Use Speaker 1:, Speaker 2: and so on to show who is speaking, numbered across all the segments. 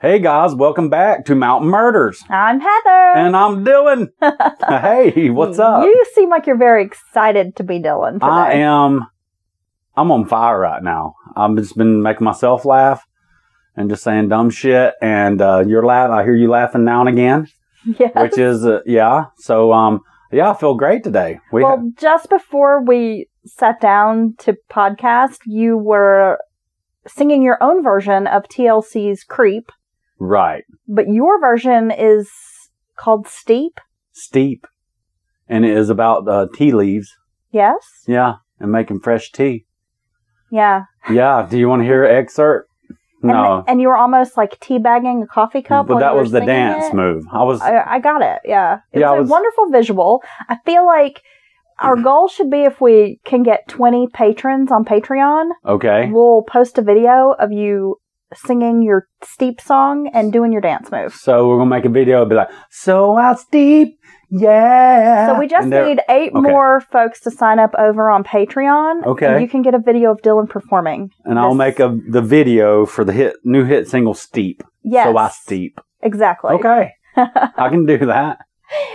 Speaker 1: Hey guys, welcome back to Mountain Murders.
Speaker 2: I'm Heather.
Speaker 1: And I'm Dylan. hey, what's up?
Speaker 2: You seem like you're very excited to be Dylan. Today.
Speaker 1: I am I'm on fire right now. I've just been making myself laugh and just saying dumb shit and uh you're laugh I hear you laughing now and again,
Speaker 2: Yes.
Speaker 1: which is uh, yeah. So um yeah, I feel great today. We
Speaker 2: well, just before we sat down to podcast, you were singing your own version of TLC's "Creep,"
Speaker 1: right.
Speaker 2: but your version is called "Steep."
Speaker 1: Steep. And it is about uh, tea leaves.
Speaker 2: Yes.
Speaker 1: Yeah, and making fresh tea.
Speaker 2: Yeah.
Speaker 1: Yeah, do you want to hear an excerpt?
Speaker 2: And,
Speaker 1: No.
Speaker 2: and you were almost like teabagging a coffee cup.
Speaker 1: but
Speaker 2: while
Speaker 1: that
Speaker 2: you were
Speaker 1: was the
Speaker 2: singing
Speaker 1: dance
Speaker 2: it.
Speaker 1: move. I was
Speaker 2: I, I got it. Yeah. It
Speaker 1: Yeah, I
Speaker 2: was a
Speaker 1: was-
Speaker 2: wonderful visual. I feel like our goal should be if we can get 20 patrons on Patreon,
Speaker 1: okay.
Speaker 2: we'll post a video of you singing your steep song and doing your dance moves.
Speaker 1: So we're gonna make a video and be like, so out steep, yeah.
Speaker 2: So we just
Speaker 1: And they're-
Speaker 2: need eight
Speaker 1: okay.
Speaker 2: more folks to sign up over on Patreon.
Speaker 1: Okay.
Speaker 2: And you can get a video of Dylan performing.
Speaker 1: and I'll
Speaker 2: this-
Speaker 1: make a the video for the hit new hit single steep.
Speaker 2: Yes.
Speaker 1: So I steep.
Speaker 2: Exactly.
Speaker 1: Okay. I can do that.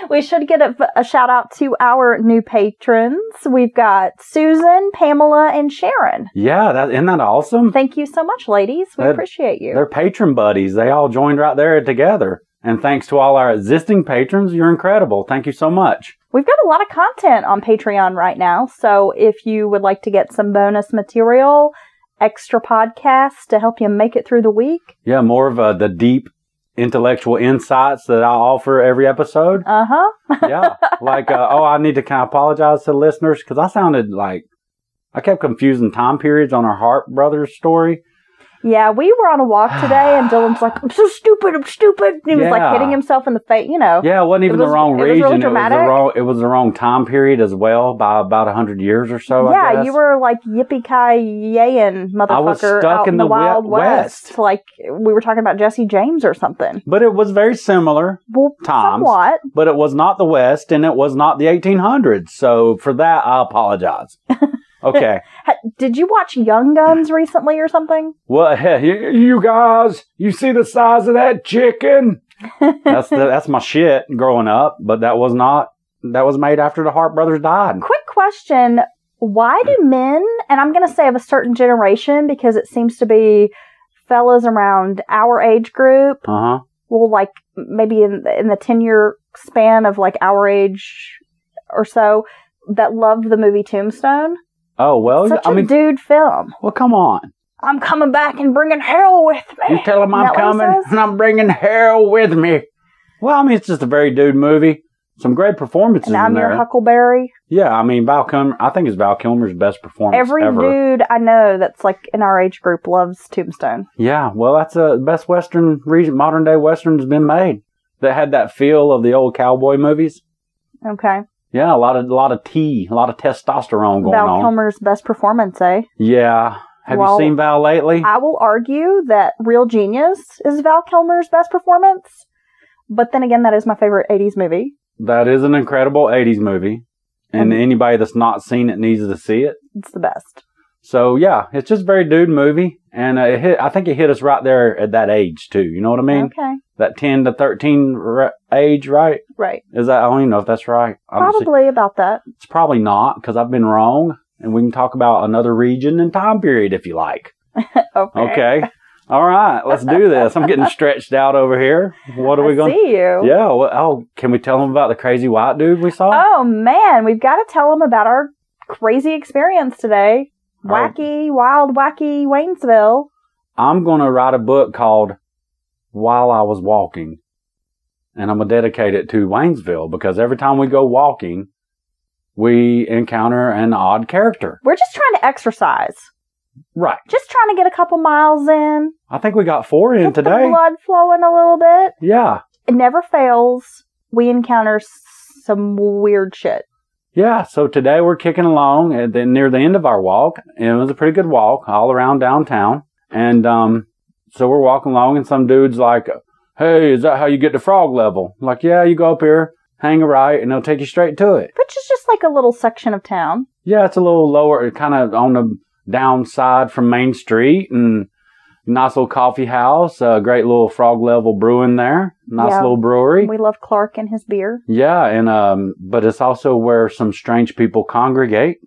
Speaker 2: We should get a, a shout out to our new patrons. We've got Susan, Pamela, and Sharon.
Speaker 1: Yeah, that isn't that awesome?
Speaker 2: Thank you so much, ladies. We
Speaker 1: That-
Speaker 2: appreciate you.
Speaker 1: They're patron buddies. They all joined right there together. And thanks to all our existing patrons, you're incredible. Thank you so much.
Speaker 2: We've got a lot of content on Patreon right now, so if you would like to get some bonus material, extra podcasts to help you make it through the week,
Speaker 1: Yeah, more of uh, the deep intellectual insights that I offer every episode.
Speaker 2: uh huh.
Speaker 1: yeah. Like, uh, oh, I need to kind of apologize to the listeners because I sounded like I kept confusing time periods on our Hart Brothers story.
Speaker 2: Yeah, we were on a walk today, and Dylan's like, "I'm so stupid, I'm stupid." And he was
Speaker 1: Yeah.
Speaker 2: like hitting himself in the face, you know.
Speaker 1: Yeah, it wasn't even
Speaker 2: was-
Speaker 1: the wrong
Speaker 2: it was really
Speaker 1: region. it was the
Speaker 2: dramatic.
Speaker 1: wrong. It was the wrong time period as well by about a hundred years or so. I
Speaker 2: Yeah,
Speaker 1: guess.
Speaker 2: you were like yippee ki yayin motherfucker
Speaker 1: I was stuck
Speaker 2: out
Speaker 1: in
Speaker 2: in
Speaker 1: the
Speaker 2: the wild
Speaker 1: Wi-
Speaker 2: west.
Speaker 1: West.
Speaker 2: Like we were talking about Jesse James or something.
Speaker 1: But it was very similar,
Speaker 2: Well,
Speaker 1: Times.
Speaker 2: somewhat.
Speaker 1: but it was not the West, and it was not the 1800s. So for that, I apologize. Okay.
Speaker 2: Ha- Did you watch Young Guns recently or something?
Speaker 1: Well, hey, y- you guys, you see the size of that chicken? that's the, that's my shit growing up, but that was not that was made after the Hart brothers died.
Speaker 2: Quick question. Why do men, and I'm going to say of a certain generation because it seems to be fellas around our age group,
Speaker 1: Uh huh.
Speaker 2: well, like maybe in, in the 10 year span of like our age or so, that love the movie Tombstone?
Speaker 1: Oh well,
Speaker 2: Such a
Speaker 1: I mean,
Speaker 2: dude film.
Speaker 1: well, come on.
Speaker 2: I'm coming back and bringing hell with me.
Speaker 1: You tell them I'm
Speaker 2: Isn't that what he
Speaker 1: coming,
Speaker 2: says?
Speaker 1: and I'm bringing hell with me. Well, I mean, it's just a very dude movie. Some great performances
Speaker 2: And I'm
Speaker 1: in there.
Speaker 2: your Huckleberry.
Speaker 1: yeah, I mean, Val Kilmer. I think it's Val Kilmer's best performance
Speaker 2: Every
Speaker 1: ever.
Speaker 2: dude I know that's like in our age group loves Tombstone.
Speaker 1: Yeah, well, that's uh, the best Western, region, modern day Western's been made that had that feel of the old cowboy movies.
Speaker 2: Okay.
Speaker 1: Yeah, a lot of a lot of tea, a lot of testosterone going
Speaker 2: Val
Speaker 1: on.
Speaker 2: Kilmer's best performance, eh?
Speaker 1: Yeah. Have
Speaker 2: Well,
Speaker 1: you seen Val lately?
Speaker 2: I will argue that Real Genius is Val Kilmer's best performance. But then again, that is my favorite 80s movie.
Speaker 1: that is an incredible 80s movie. And
Speaker 2: Mhm.
Speaker 1: anybody that's not seen it needs to see it.
Speaker 2: It's the best.
Speaker 1: So, yeah, it's just very dude movie. And uh, it hit, I think it hit us right there at that age, too. You know what I mean?
Speaker 2: okay.
Speaker 1: That 10 to 13 re- age, right?
Speaker 2: Right.
Speaker 1: Is that, I don't even know if that's right. Obviously-
Speaker 2: Probably about that.
Speaker 1: It's probably not because I've been wrong. And we can talk about another region and time period if you like.
Speaker 2: Okay.
Speaker 1: Okay. All right. Let's do this. I'm getting stretched out over here. What are we
Speaker 2: I
Speaker 1: going to
Speaker 2: see you.
Speaker 1: Yeah. Well, oh, can we tell them about the crazy white dude we saw?
Speaker 2: Oh, man. We've got to tell them about our crazy experience today.
Speaker 1: Alright.
Speaker 2: Wacky, wild, wacky Waynesville.
Speaker 1: I'm going to write a book called While I Was Walking. And I'm going to dedicate it to Waynesville because every time we go walking, we encounter an odd character.
Speaker 2: We're just trying to exercise.
Speaker 1: Right.
Speaker 2: Just trying to get a couple miles in.
Speaker 1: I think we got four in
Speaker 2: get the
Speaker 1: today.
Speaker 2: blood flowing a little bit.
Speaker 1: Yeah.
Speaker 2: It never fails. We encounter s- some weird shit.
Speaker 1: Yeah. So today we're kicking along at the, near the end of our walk. And it was a pretty good walk all around downtown. And, um, so we're walking along and some dude's like, Hey, is that how you get to frog level? I'm like, yeah, you go up here, hang a right, and they'll take you straight to it.
Speaker 2: which is just like a little section of town.
Speaker 1: Yeah, it's a little lower, kind of on the downside from Main Street, and nice little coffee house, a great little frog level brewing there. Nice
Speaker 2: Yeah.
Speaker 1: little brewery.
Speaker 2: We love Clark and his beer.
Speaker 1: yeah, and um, but it's also where some strange people congregate,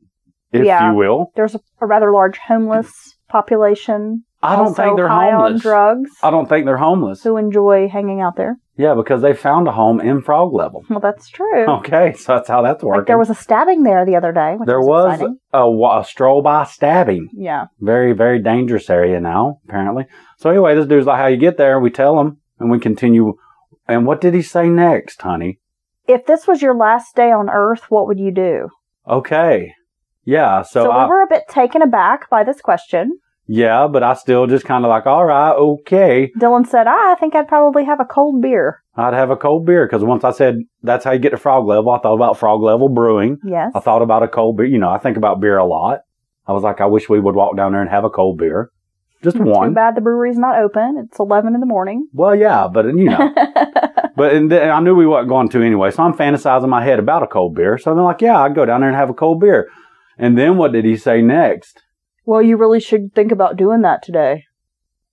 Speaker 1: if
Speaker 2: Yeah.
Speaker 1: you will.
Speaker 2: There's a, a rather large homeless population.
Speaker 1: I don't
Speaker 2: also
Speaker 1: think they're
Speaker 2: high on
Speaker 1: homeless.
Speaker 2: drugs
Speaker 1: I don't think they're homeless.
Speaker 2: who enjoy hanging out there.
Speaker 1: Yeah, because they found a home in Frog Level.
Speaker 2: Well, that's true.
Speaker 1: Okay, so that's how that's working.
Speaker 2: like there was a stabbing there the other day. Which
Speaker 1: There
Speaker 2: was,
Speaker 1: was
Speaker 2: exciting.
Speaker 1: a, wa- a stroll by stabbing.
Speaker 2: yeah.
Speaker 1: Very, very dangerous area now, apparently. So anyway, this dude's like, how you get there? We tell him, and we continue. And what did he say next, honey?
Speaker 2: If this was your last day on Earth, what would you do?
Speaker 1: Okay. Yeah, so,
Speaker 2: So,
Speaker 1: I,
Speaker 2: we were a bit taken aback by this question.
Speaker 1: yeah, but I still just kind of like, all right, okay.
Speaker 2: Dylan said, "Ah, "I think I'd probably have a cold beer."
Speaker 1: I'd have a cold beer because once I said that's how you get to frog level, I thought about frog level brewing.
Speaker 2: Yes.
Speaker 1: I thought about a cold beer. You know, I think about beer a lot. I was like, I wish we would walk down there and have a cold beer. Just
Speaker 2: Too
Speaker 1: one.
Speaker 2: bad the brewery's not open. It's eleven in the morning.
Speaker 1: Well, yeah, but you know, But and, then I knew we wasn't going to anyway, so I'm fantasizing in my head about a cold beer. So I'm like, yeah, I'd go down there and have a cold beer. And then what did he say next?
Speaker 2: well, you really should think about doing that today.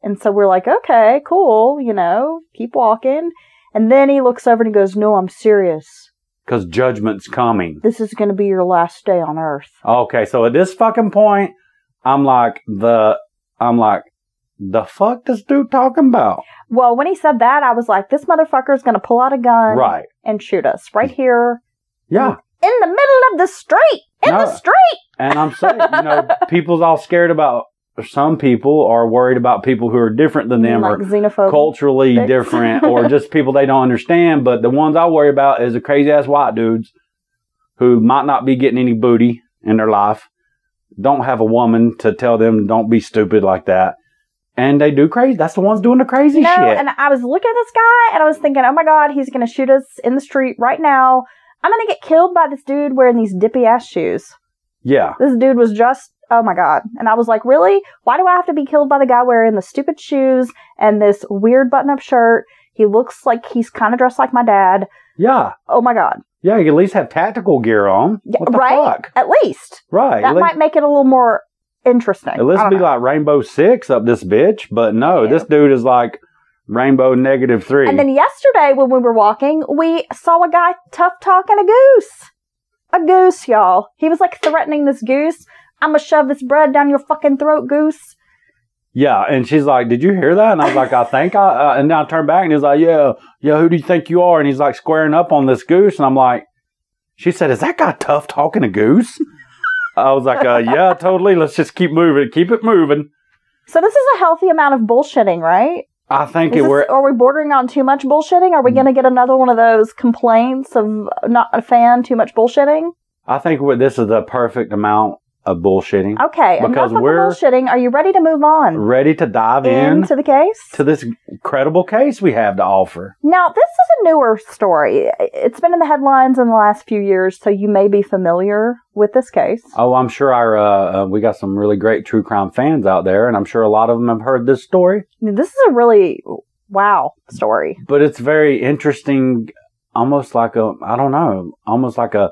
Speaker 2: And so we're like, okay, cool, you know, keep walking. And then he looks over and he goes, No, I'm serious.
Speaker 1: Because judgment's coming.
Speaker 2: This is going to be your last day on earth.
Speaker 1: Okay, so at this fucking point, I'm like the, I'm like, the fuck this dude talking about?
Speaker 2: Well, when he said that, I was like, This motherfucker's going to pull out a gun
Speaker 1: Right?
Speaker 2: and shoot us right here
Speaker 1: Yeah.
Speaker 2: in the middle of the street. In
Speaker 1: No.
Speaker 2: the street.
Speaker 1: And I'm saying, you know, people's all scared about. Some people are worried about people who are different than them or
Speaker 2: like xenophobe.
Speaker 1: culturally
Speaker 2: Fix.
Speaker 1: different or just people they don't understand. But the ones I worry about is the crazy ass white dudes who might not be getting any booty in their life, don't have a woman to tell them don't be stupid like that. And they do crazy. That's the ones doing the crazy
Speaker 2: no,
Speaker 1: shit.
Speaker 2: and I was looking at this guy and I was thinking, oh my god, he's gonna shoot us in the street right now. I'm gonna get killed by this dude wearing these dippy ass shoes.
Speaker 1: yeah.
Speaker 2: This dude was just, oh my god. And I was like, really? Why do I have to be killed by the guy wearing the stupid shoes and this weird button up shirt? He looks like he's kind of dressed like my dad.
Speaker 1: Yeah.
Speaker 2: Oh my god.
Speaker 1: Yeah. You at least have tactical gear on.
Speaker 2: Yeah,
Speaker 1: what the
Speaker 2: right?
Speaker 1: fuck?
Speaker 2: At least.
Speaker 1: Right.
Speaker 2: That
Speaker 1: At least-
Speaker 2: might make it a little more interesting.
Speaker 1: At least
Speaker 2: I don't
Speaker 1: be
Speaker 2: know.
Speaker 1: like Rainbow Six up this bitch. But no,
Speaker 2: Yeah.
Speaker 1: this dude is like Rainbow Negative Three.
Speaker 2: And then yesterday when we were walking, we saw a guy tough talking a goose. A goose, y'all. He was like threatening this goose. I'ma shove this bread down your fucking throat, goose.
Speaker 1: Yeah, and she's like, "Did you hear that?" And I was like, "I think I." Uh, and then I turned back, and he's like, "Yeah, yeah. Who do you think you are?" And he's like squaring up on this goose, and I'm like, "She said, is that guy tough talking to goose?" I was like, uh, "Yeah, totally. Let's just keep moving, keep it moving."
Speaker 2: So this is a healthy amount of bullshitting, right?
Speaker 1: I think
Speaker 2: Is
Speaker 1: it
Speaker 2: this-
Speaker 1: were. Mm.
Speaker 2: are we bordering on too much bullshitting? Are we going to get another one of those complaints of not a fan, too much bullshitting?
Speaker 1: I think we- this is the perfect amount of bullshitting.
Speaker 2: Okay,
Speaker 1: Because
Speaker 2: enough of the
Speaker 1: we're-
Speaker 2: bullshitting. Are you ready to move on
Speaker 1: Ready to dive in
Speaker 2: into the case?
Speaker 1: to this credible case we have to offer.
Speaker 2: Now, this is a newer story. It's been in the headlines in the last few years, so you may be familiar with this case.
Speaker 1: Oh, I'm sure our uh, uh, we got some really great true crime fans out there, and I'm sure a lot of them have heard this story.
Speaker 2: This is a really wow story.
Speaker 1: but it's very interesting almost like a i don't know almost like a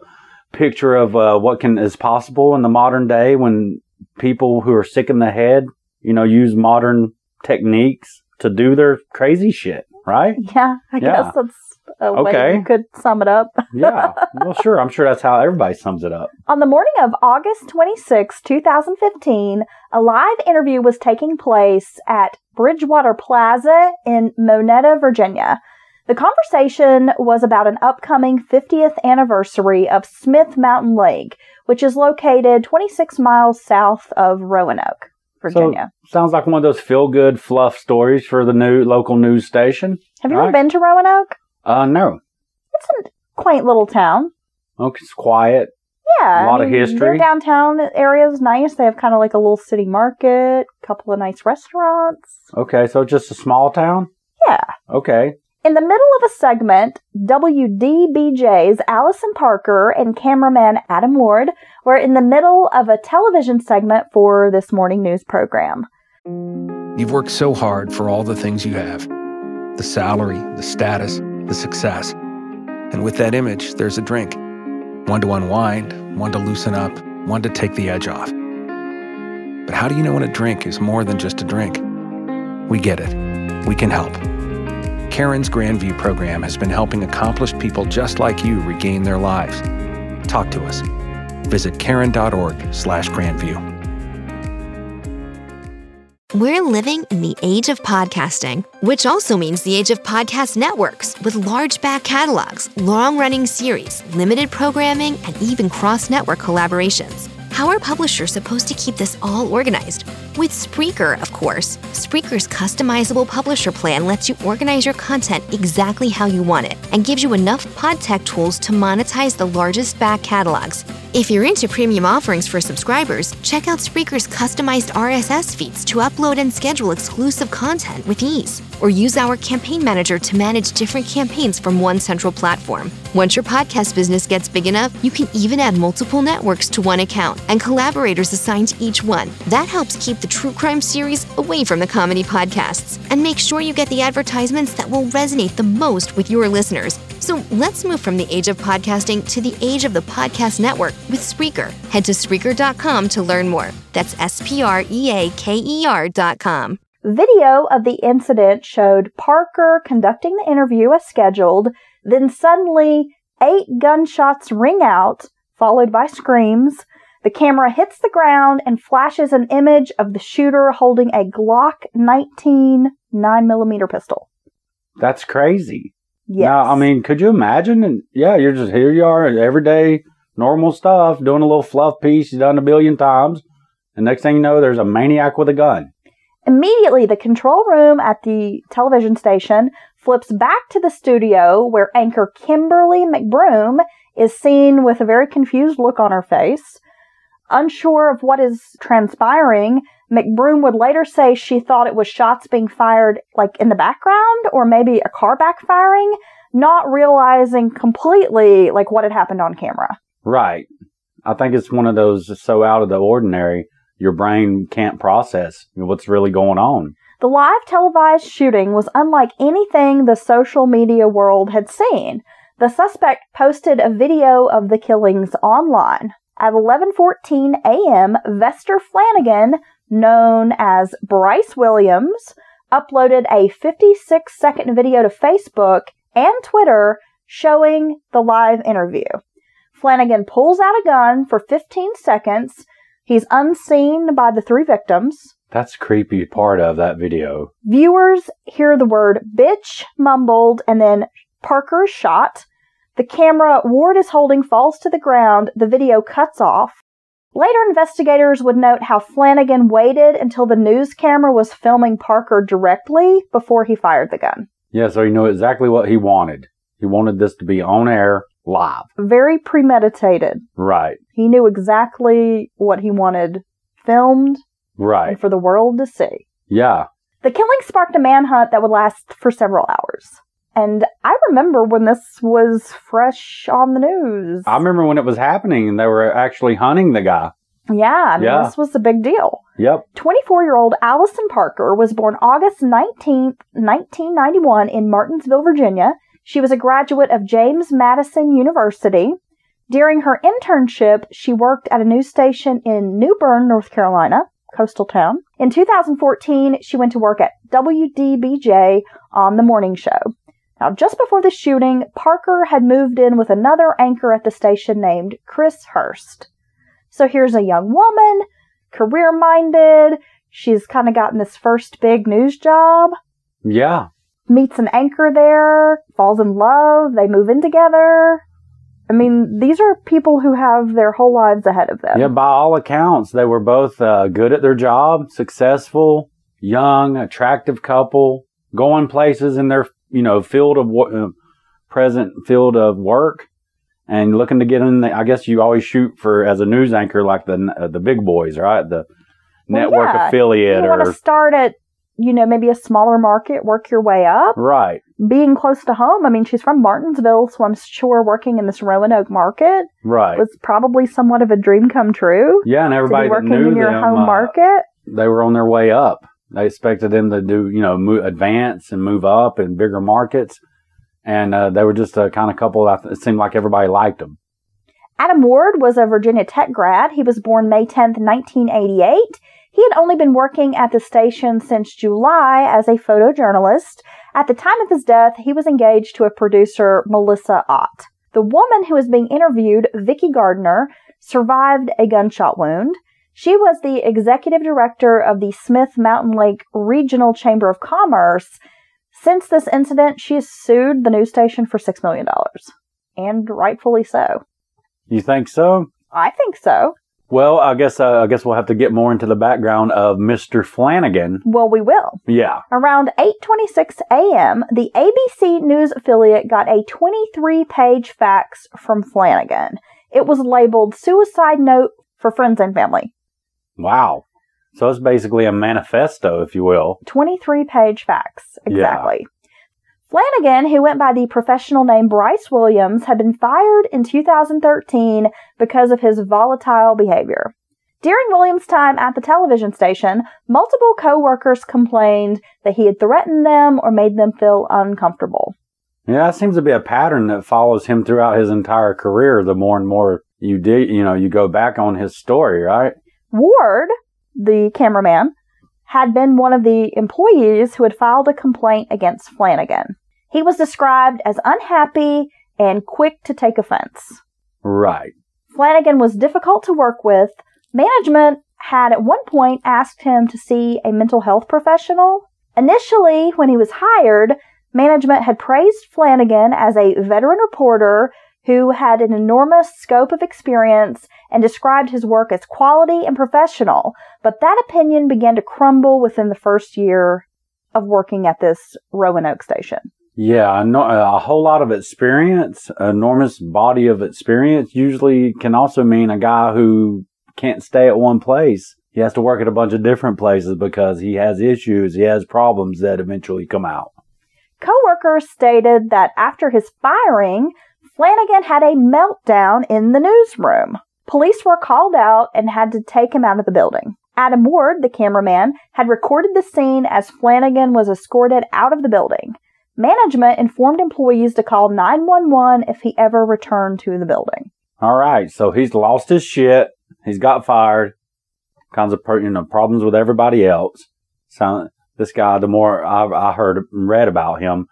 Speaker 1: picture of uh, what can is possible in the modern day when people who are sick in the head you know use modern techniques to do their crazy shit right
Speaker 2: Yeah, I
Speaker 1: Yeah.
Speaker 2: guess that's a way
Speaker 1: Okay.
Speaker 2: you could sum it up.
Speaker 1: yeah well sure i'm sure that's how everybody sums it up
Speaker 2: On the morning of August 26, 2015, a live interview was taking place at Bridgewater Plaza in Moneta, Virginia. The conversation was about an upcoming 50th anniversary of Smith Mountain Lake, which is located 26 miles south of Roanoke, Virginia.
Speaker 1: sounds like one of those feel good fluff stories for the new local news station
Speaker 2: Have you ever
Speaker 1: right.
Speaker 2: been to Roanoke?
Speaker 1: uh no
Speaker 2: It's a quaint little town.
Speaker 1: okay it's quiet
Speaker 2: Yeah.
Speaker 1: A lot of history.
Speaker 2: Their downtown area is nice. They have kind of like a little city market, a couple of nice restaurants.
Speaker 1: okay so just a small town
Speaker 2: Yeah.
Speaker 1: okay
Speaker 2: In the middle of a segment, WDBJ's Allison Parker and cameraman Adam Ward were in the middle of a television segment for this morning news program.
Speaker 3: You've worked so hard for all the things you have the salary, the status, the success. And with that image, there's a drink one to unwind, one to loosen up, one to take the edge off. But how do you know when a drink is more than just a drink? We get it. We can help. Karen's Grandview program has been helping accomplished people just like you regain their lives. Talk to us. Visit karen.org slash grandview.
Speaker 4: We're living in the age of podcasting, which also means the age of podcast networks with large back catalogs, long running series, limited programming, and even cross network collaborations. How are publishers supposed to keep this all organized? With Spreaker, of course. Spreaker's customizable publisher plan lets you organize your content exactly how you want it and gives you enough pod tech tools to monetize the largest back catalogs. If you're into premium offerings for subscribers, check out Spreaker's customized RSS feeds to upload and schedule exclusive content with ease, or use our campaign manager to manage different campaigns from one central platform. Once your podcast business gets big enough, you can even add multiple networks to one account and collaborators assigned to each one. That helps keep the true crime series away from the comedy podcasts and make sure you get the advertisements that will resonate the most with your listeners. So let's move from the age of podcasting to the age of the podcast network with Spreaker. Head to Spreaker.com to learn more. That's S P R E A K E R.com.
Speaker 2: Video of the incident showed Parker conducting the interview as scheduled, then suddenly eight gunshots ring out, followed by screams. The camera hits the ground and flashes an image of the shooter holding a Glock 19 9mm pistol.
Speaker 1: That's crazy.
Speaker 2: Yes.
Speaker 1: Now, I mean, could you imagine? And yeah, you're just here. You are everyday normal stuff, doing a little fluff piece. You've done a billion times, and next thing you know, there's a maniac with a gun.
Speaker 2: Immediately, the control room at the television station flips back to the studio where anchor Kimberly McBroom is seen with a very confused look on her face. Unsure of what is transpiring, McBroom would later say she thought it was shots being fired like in the background or maybe a car backfiring, not realizing completely like what had happened on camera.
Speaker 1: Right. I think it's one of those that's so out of the ordinary. Your brain can't process what's really going on.
Speaker 2: The live televised shooting was unlike anything the social media world had seen. The suspect posted a video of the killings online. At 11:14 a.m., Vester Flanagan, known as Bryce Williams, uploaded a 56-second video to Facebook and Twitter showing the live interview. Flanagan pulls out a gun for 15 seconds. He's unseen by the three victims.
Speaker 1: That's creepy part of that video.
Speaker 2: Viewers hear the word bitch mumbled and then Parker is shot. The camera Ward is holding falls to the ground. The video cuts off. Later, investigators would note how Flanagan waited until the news camera was filming Parker directly before he fired the gun.
Speaker 1: Yeah, so he knew exactly what he wanted. He wanted this to be on air live.
Speaker 2: Very premeditated.
Speaker 1: Right.
Speaker 2: He knew exactly what he wanted filmed
Speaker 1: Right.
Speaker 2: and for the world to see.
Speaker 1: Yeah.
Speaker 2: The killing sparked a manhunt that would last for several hours. And I remember when this was fresh on the news.
Speaker 1: I remember when it was happening and they were actually hunting the guy.
Speaker 2: yeah, I mean,
Speaker 1: Yeah.
Speaker 2: this was a big deal.
Speaker 1: Yep.
Speaker 2: 24 year old Allison Parker was born August 19, 1991, in Martinsville, Virginia. She was a graduate of James Madison University. During her internship, she worked at a news station in New Bern, North Carolina, coastal town. In 2014, she went to work at WDBJ on the morning show. Now, just before the shooting, Parker had moved in with another anchor at the station named Chris Hurst. So here's a young woman, career minded. She's kind of gotten this first big news job,
Speaker 1: Yeah.
Speaker 2: meets an anchor there, falls in love, they move in together. I mean, these are people who have their whole lives ahead of them.
Speaker 1: Yeah, by all accounts, they were both uh, good at their job, successful, young, attractive couple, going places in their you know field of wo- uh, present field of work, and looking to get in. The, I guess you always shoot for as a news anchor like the uh, the big boys, right? The
Speaker 2: Well,
Speaker 1: network
Speaker 2: yeah.
Speaker 1: affiliate
Speaker 2: You want to
Speaker 1: or
Speaker 2: start at, you know, maybe a smaller market, work your way up.
Speaker 1: right,
Speaker 2: Being close to home, I mean, she's from Martinsville, so I'm sure working in this Roanoke market
Speaker 1: right.
Speaker 2: was probably somewhat of a dream come true.
Speaker 1: yeah, and
Speaker 2: To be
Speaker 1: everybody that
Speaker 2: working
Speaker 1: knew
Speaker 2: in your
Speaker 1: them,
Speaker 2: home
Speaker 1: uh,
Speaker 2: market.
Speaker 1: they were on their way up. They expected them to do, you know, move, advance and move up in bigger markets. And uh, they were just a kind of couple. I th- it seemed like everybody liked them.
Speaker 2: Adam Ward was a Virginia Tech grad. He was born May 10th, 1988. He had only been working at the station since July as a photojournalist. At the time of his death, he was engaged to a producer, Melissa Ott. The woman who is being interviewed, Vicki Gardner, survived a gunshot wound. She was the executive director of the Smith Mountain Lake Regional Chamber of Commerce. Since this incident, she has sued the news station for $6 million. And rightfully so.
Speaker 1: You think so?
Speaker 2: I think so.
Speaker 1: Well, I guess uh, I guess we'll have to get more into the background of Mr. Flanagan.
Speaker 2: Well, we will.
Speaker 1: Yeah,
Speaker 2: Around 8:26 a.m., the ABC News affiliate got a 23-page fax from Flanagan. It was labeled suicide note for friends and family.
Speaker 1: wow. So it's basically a manifesto, if you will.
Speaker 2: 23-page fax,
Speaker 1: Yeah.
Speaker 2: exactly. Flanagan, who went by the professional name Bryce Williams, had been fired in 2013 because of his volatile behavior. During Williams' time at the television station, multiple coworkers complained that he had threatened them or made them feel uncomfortable.
Speaker 1: Yeah, that seems to be a pattern that follows him throughout his entire career. The more and more you dig, you know, you go back on his story, right?
Speaker 2: Ward, the cameraman, had been one of the employees who had filed a complaint against Flanagan. He was described as unhappy and quick to take offense.
Speaker 1: Right.
Speaker 2: Flanagan was difficult to work with. Management had at one point asked him to see a mental health professional. Initially, when he was hired, management had praised Flanagan as a veteran reporter who had an enormous scope of experience and described his work as quality and professional. But that opinion began to crumble within the first year of working at this Roanoke station.
Speaker 1: Yeah, no, a whole lot of experience, enormous body of experience, usually can also mean a guy who can't stay at one place. He has to work at a bunch of different places because he has issues, he has problems that eventually come out.
Speaker 2: Coworkers stated that after his firing, Flanagan had a meltdown in the newsroom. Police were called out and had to take him out of the building. Adam Ward, the cameraman, had recorded the scene as Flanagan was escorted out of the building. Management informed employees to call 911 if he ever returned to the building.
Speaker 1: All right, so he's lost his shit. He's got fired. Kinds of per- you know problems with everybody else. So this guy, the more I, I heard and read about him,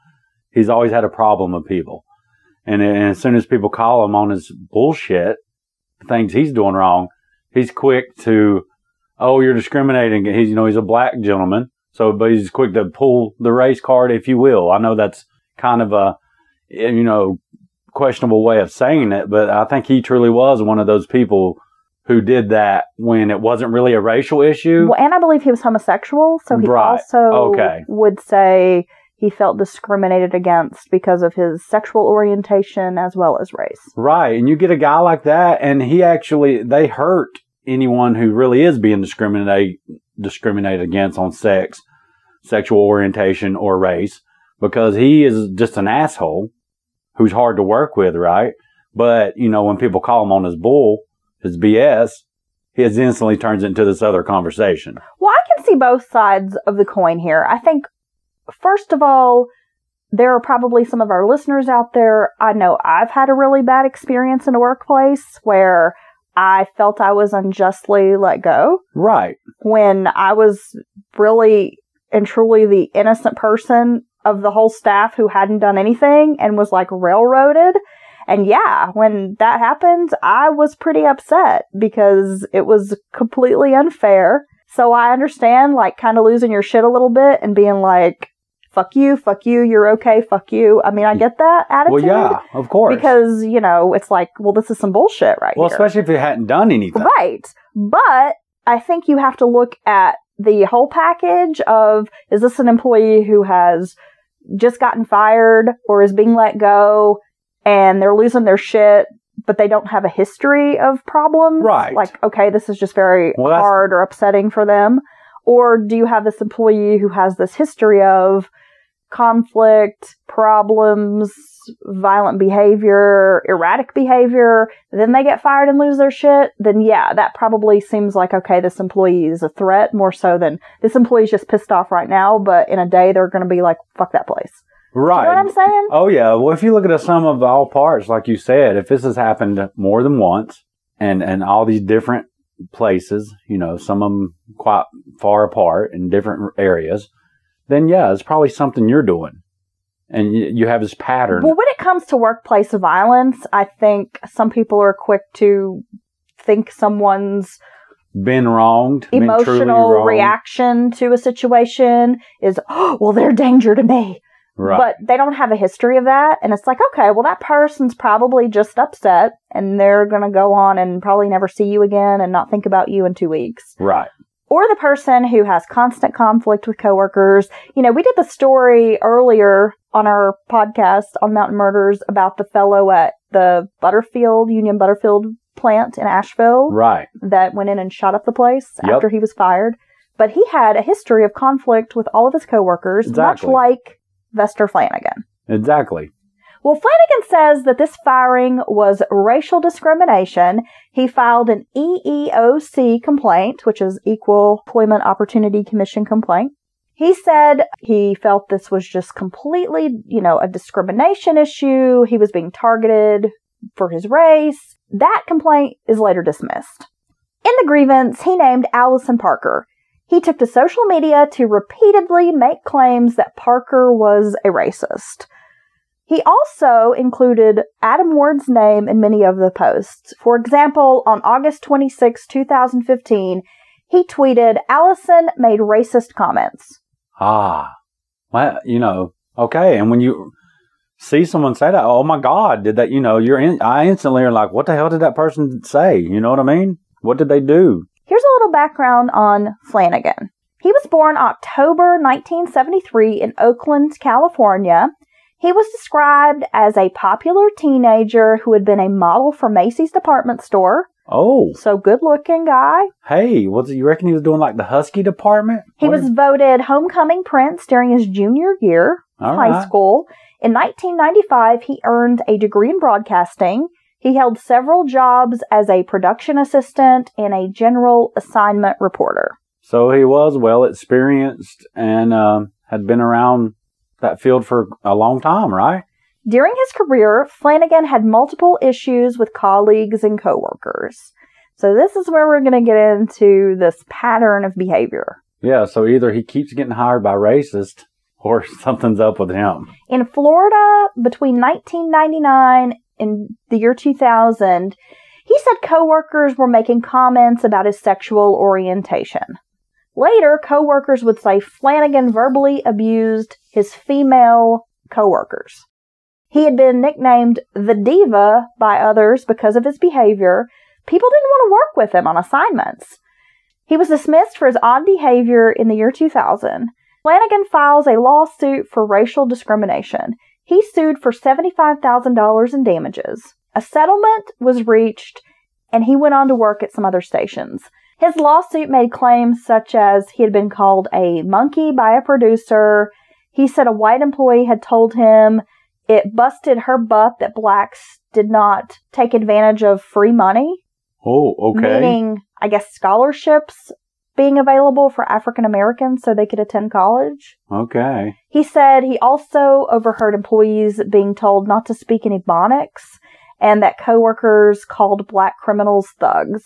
Speaker 1: he's always had a problem with people. And, and as soon as people call him on his bullshit, things he's doing wrong, he's quick to, oh, you're discriminating. He's you know he's a black gentleman, so but he's quick to pull the race card, if you will. I know that's kind of a you know questionable way of saying it, but I think he truly was one of those people who did that when it wasn't really a racial issue.
Speaker 2: Well, and I believe he was homosexual, so he
Speaker 1: Right.
Speaker 2: also
Speaker 1: Okay.
Speaker 2: would say he felt discriminated against because of his sexual orientation as well as race.
Speaker 1: Right. And you get a guy like that and he actually they hurt anyone who really is being discriminate discriminated against on sex, sexual orientation or race because he is just an asshole who's hard to work with, right? But, you know, when people call him on his bull, his BS, he instantly turns into this other conversation.
Speaker 2: Well, I can see both sides of the coin here. I think, first of all, there are probably some of our listeners out there. I know I've had a really bad experience in a workplace where I felt I was unjustly let go
Speaker 1: Right.
Speaker 2: when I was really and truly the innocent person of the whole staff who hadn't done anything and was like railroaded. And yeah, when that happened, I was pretty upset because it was completely unfair. So I understand like kind of losing your shit a little bit and being like, fuck you, fuck you, you're okay, fuck you. I mean, I get that
Speaker 1: Well,
Speaker 2: attitude.
Speaker 1: yeah, of course.
Speaker 2: Because, you know, it's like, well, this is some bullshit right
Speaker 1: well,
Speaker 2: here.
Speaker 1: especially if he hadn't done anything.
Speaker 2: Right. But I think you have to look at the whole package of is this an employee who has just gotten fired or is being let go and they're losing their shit, but they don't have a history of problems?
Speaker 1: Right.
Speaker 2: Like, okay, this is just very
Speaker 1: Well, that's-
Speaker 2: hard or upsetting for them. Or do you have this employee who has this history of conflict, problems, violent behavior, erratic behavior, then they get fired and lose their shit, then yeah, that probably seems like okay, this employee is a threat more so than this employee's just pissed off right now, but in a day they're going to be like fuck that place.
Speaker 1: Right.
Speaker 2: You know what I'm saying?
Speaker 1: Oh yeah. Well, if you look at the sum of all parts, like you said, if this has happened more than once, and and all these different places, you know, some of them quite far apart in different areas, then yeah, it's probably something you're doing. And you, you have this pattern.
Speaker 2: Well, when it comes to workplace violence, I think some people are quick to think someone's
Speaker 1: been wronged, been truly
Speaker 2: emotional
Speaker 1: wronged.
Speaker 2: reaction to a situation is, oh, well, they're danger to me.
Speaker 1: Right.
Speaker 2: But they don't have a history of that. And it's like, okay, well, that person's probably just upset and they're going to go on and probably never see you again and not think about you in two weeks.
Speaker 1: right.
Speaker 2: Or the person who has constant conflict with coworkers. You know, we did the story earlier on our podcast on Mountain Murders about the fellow at the Butterfield, Union Butterfield plant in Asheville
Speaker 1: Right.
Speaker 2: that went in and shot up the place
Speaker 1: Yep.
Speaker 2: after he was fired. But he had a history of conflict with all of his coworkers,
Speaker 1: Exactly.
Speaker 2: much like Vester Flanagan.
Speaker 1: Exactly.
Speaker 2: Well, Flanagan says that this firing was racial discrimination. He filed an E EEOC complaint, which is Equal Employment Opportunity Commission complaint. He said he felt this was just completely, you know, a discrimination issue. He was being targeted for his race. That complaint is later dismissed. In the grievance, he named Allison Parker. He took to social media to repeatedly make claims that Parker was a racist. He also included Adam Ward's name in many of the posts. For example, on August 26, 2015, he tweeted, Allison made racist comments.
Speaker 1: Ah. Well, you know, okay. And when you see someone say that, oh my God, did that, you know, you're in, I instantly are like, what the hell did that person say? You know what I mean? What did they do?
Speaker 2: Here's a little background on Flanagan. He was born October 1973 in Oakland, California. He was described as a popular teenager who had been a model for Macy's department store,
Speaker 1: Oh,
Speaker 2: so good looking guy.
Speaker 1: hey, what's you reckon he was doing like the Husky department?
Speaker 2: He
Speaker 1: What
Speaker 2: was voted homecoming prince during his junior year of
Speaker 1: All
Speaker 2: high
Speaker 1: right.
Speaker 2: school. In 1995, he earned a degree in broadcasting. He held several jobs as a production assistant and a general assignment reporter.
Speaker 1: So he was well experienced and um, had been around that field for a long time, right?
Speaker 2: During his career, Flanagan had multiple issues with colleagues and coworkers. So this is where we're going to get into this pattern of behavior.
Speaker 1: Yeah, so either he keeps getting hired by racist or something's up with him.
Speaker 2: In Florida, between 1999 and the year 2000, he said coworkers were making comments about his sexual orientation. Later, coworkers would say Flanagan verbally abused his female coworkers. He had been nicknamed the diva by others because of his behavior. People didn't want to work with him on assignments. He was dismissed for his odd behavior in the year 2000. Flanagan files a lawsuit for racial discrimination. He sued for $75,000 in damages. A settlement was reached, and he went on to work at some other stations. His lawsuit made claims such as he had been called a monkey by a producer. He said a white employee had told him it busted her butt that blacks did not take advantage of free money
Speaker 1: Oh, okay.
Speaker 2: meaning I guess scholarships being available for African Americans so they could attend college.
Speaker 1: Okay.
Speaker 2: He said he also overheard employees being told not to speak in Ebonics and that coworkers called black criminals thugs.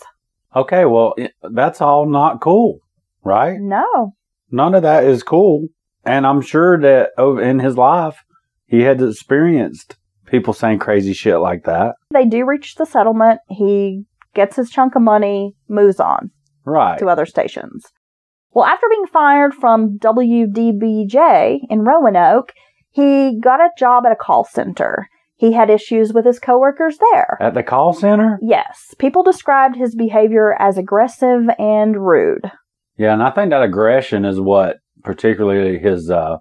Speaker 1: Okay, well, i- that's all not cool, right?
Speaker 2: No.
Speaker 1: None of that is cool. And I'm sure that ov- in his life, he had experienced people saying crazy shit like that.
Speaker 2: They do reach the settlement. He gets his chunk of money, moves on.
Speaker 1: Right.
Speaker 2: to other stations. Well, after being fired from WDBJ in Roanoke, he got a job at a call center. He had issues with his coworkers there.
Speaker 1: At the call center?
Speaker 2: Yes, people described his behavior as aggressive and rude.
Speaker 1: Yeah, and I think that aggression is what particularly his uh,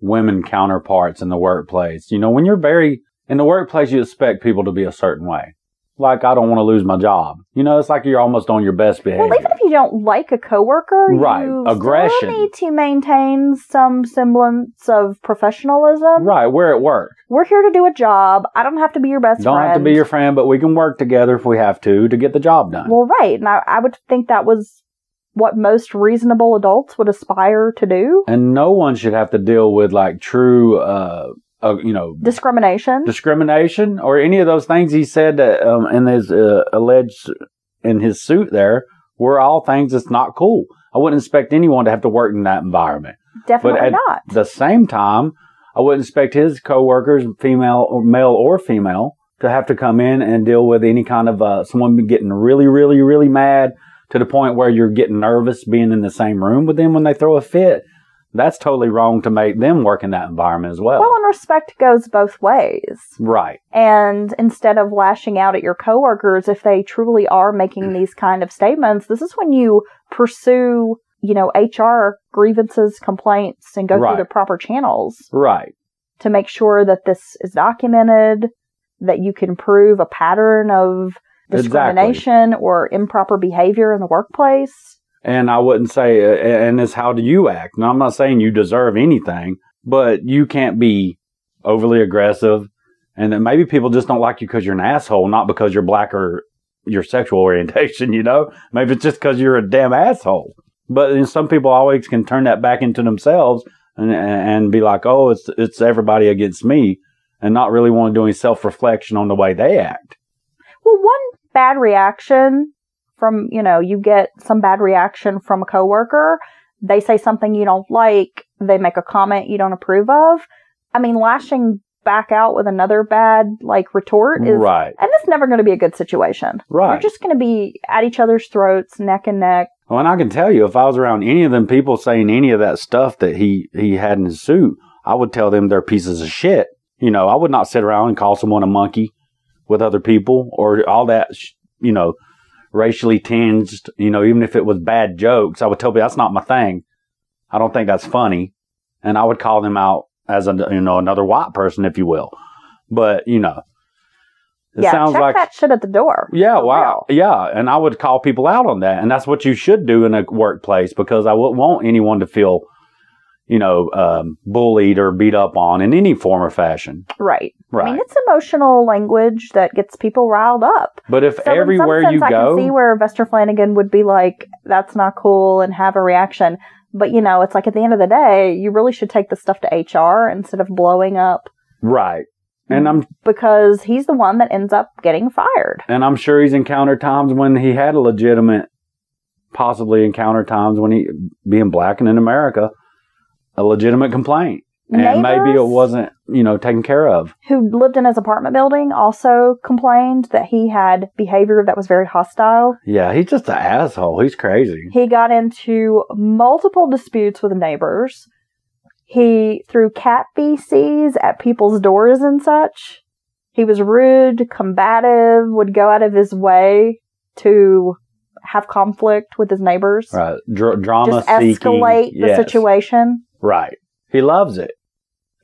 Speaker 1: women counterparts in the workplace. You know, when you're very in the workplace, you expect people to be a certain way. Like, I don't want to lose my job. You know, it's like you're almost on your best behavior.
Speaker 2: Well, even if you don't like a coworker,
Speaker 1: Right,
Speaker 2: you
Speaker 1: aggression.
Speaker 2: still need to maintain some semblance of professionalism.
Speaker 1: right, we're at work.
Speaker 2: We're here to do a job. I don't have to be your best
Speaker 1: don't
Speaker 2: friend.
Speaker 1: have to be your friend, but we can work together if we have to to get the job done.
Speaker 2: Well, right. And I, I would think that was what most reasonable adults would aspire to do
Speaker 1: and no one should have to deal with like true, uh, uh you know,
Speaker 2: discrimination.
Speaker 1: discrimination or any of those things he said that, um, in his uh, alleged in his suit there we're all things that's not cool. I wouldn't expect anyone to have to work in that environment.
Speaker 2: Definitely
Speaker 1: at-
Speaker 2: not.
Speaker 1: At the same time, I wouldn't expect his coworkers, female or male or female, to have to come in and deal with any kind of uh, someone getting really, really, really mad to the point where you're getting nervous being in the same room with them when they throw a fit. That's totally wrong to make them work in that environment as well.
Speaker 2: Well, and respect goes both ways.
Speaker 1: right.
Speaker 2: And instead of lashing out at your coworkers if they truly are
Speaker 1: Mm.
Speaker 2: making these kind of statements, this is when you pursue, you know, HR grievances, complaints, and go
Speaker 1: Right.
Speaker 2: through the proper channels
Speaker 1: Right.
Speaker 2: to make sure that this is documented, that you can prove a pattern of
Speaker 1: Exactly.
Speaker 2: discrimination or improper behavior in the workplace.
Speaker 1: and I wouldn't say, uh, and it's how do you act? Now, I'm not saying you deserve anything, but you can't be overly aggressive. And then maybe people just don't like you because you're an asshole, not because you're black or your sexual orientation, you know? Maybe it's just because you're a damn asshole. But then some people always can turn that back into themselves and, and be like, oh, it's, it's everybody against me, and not really want to do any self reflection on the way they act.
Speaker 2: Well, one bad reaction from, you know, you get some bad reaction from a coworker. They say something you don't like. They make a comment you don't approve of. I mean, lashing back out with another bad, like, retort is,
Speaker 1: Right,
Speaker 2: and that's never going to be a good situation. You're
Speaker 1: right.
Speaker 2: just going to be at each other's throats, neck and neck.
Speaker 1: Well, and I can tell you, if I was around any of them people saying any of that stuff that he he had in his suit, I would tell them they're pieces of shit. You know, I would not sit around and call someone a monkey with other people or all that. sh- You know, racially tinged. You know, even if it was bad jokes, I would tell people that's not my thing. I don't think that's funny, and I would call them out as a you know another white person, if you will. But you know, it
Speaker 2: yeah,
Speaker 1: sounds
Speaker 2: check
Speaker 1: like
Speaker 2: that shit at the door.
Speaker 1: yeah,
Speaker 2: For
Speaker 1: wow. Yeah, and I would call people out on that, and that's what you should do in a workplace because I wouldn't want anyone to feel, you know, um, bullied or beat up on in any form or fashion.
Speaker 2: real. Right.
Speaker 1: Right.
Speaker 2: I mean, it's emotional language that gets people riled up.
Speaker 1: but if
Speaker 2: So
Speaker 1: everywhere
Speaker 2: in some sense,
Speaker 1: you
Speaker 2: I
Speaker 1: go,
Speaker 2: can see where Vester Flanagan would be like, "That's not cool," and have a reaction. But you know, it's like at the end of the day, you really should take this stuff to HR instead of blowing up
Speaker 1: right,
Speaker 2: Mm-hmm.
Speaker 1: and I'm
Speaker 2: because he's the one that ends up getting fired.
Speaker 1: and I'm sure he's encountered times when he had a legitimate, possibly encountered times when he being black and in America, a legitimate complaint, and maybe it
Speaker 2: Neighbors
Speaker 1: wasn't you know taken care of.
Speaker 2: Who lived in his apartment building also complained that he had behavior that was very hostile.
Speaker 1: Yeah, he's just an asshole. He's crazy.
Speaker 2: He got into multiple disputes with neighbors. He threw cat feces at people's doors and such. He was rude, combative, would go out of his way to have conflict with his neighbors.
Speaker 1: Right, Dr- drama
Speaker 2: Just escalate
Speaker 1: seeking.
Speaker 2: the
Speaker 1: Yes.
Speaker 2: situation.
Speaker 1: Right. He loves it.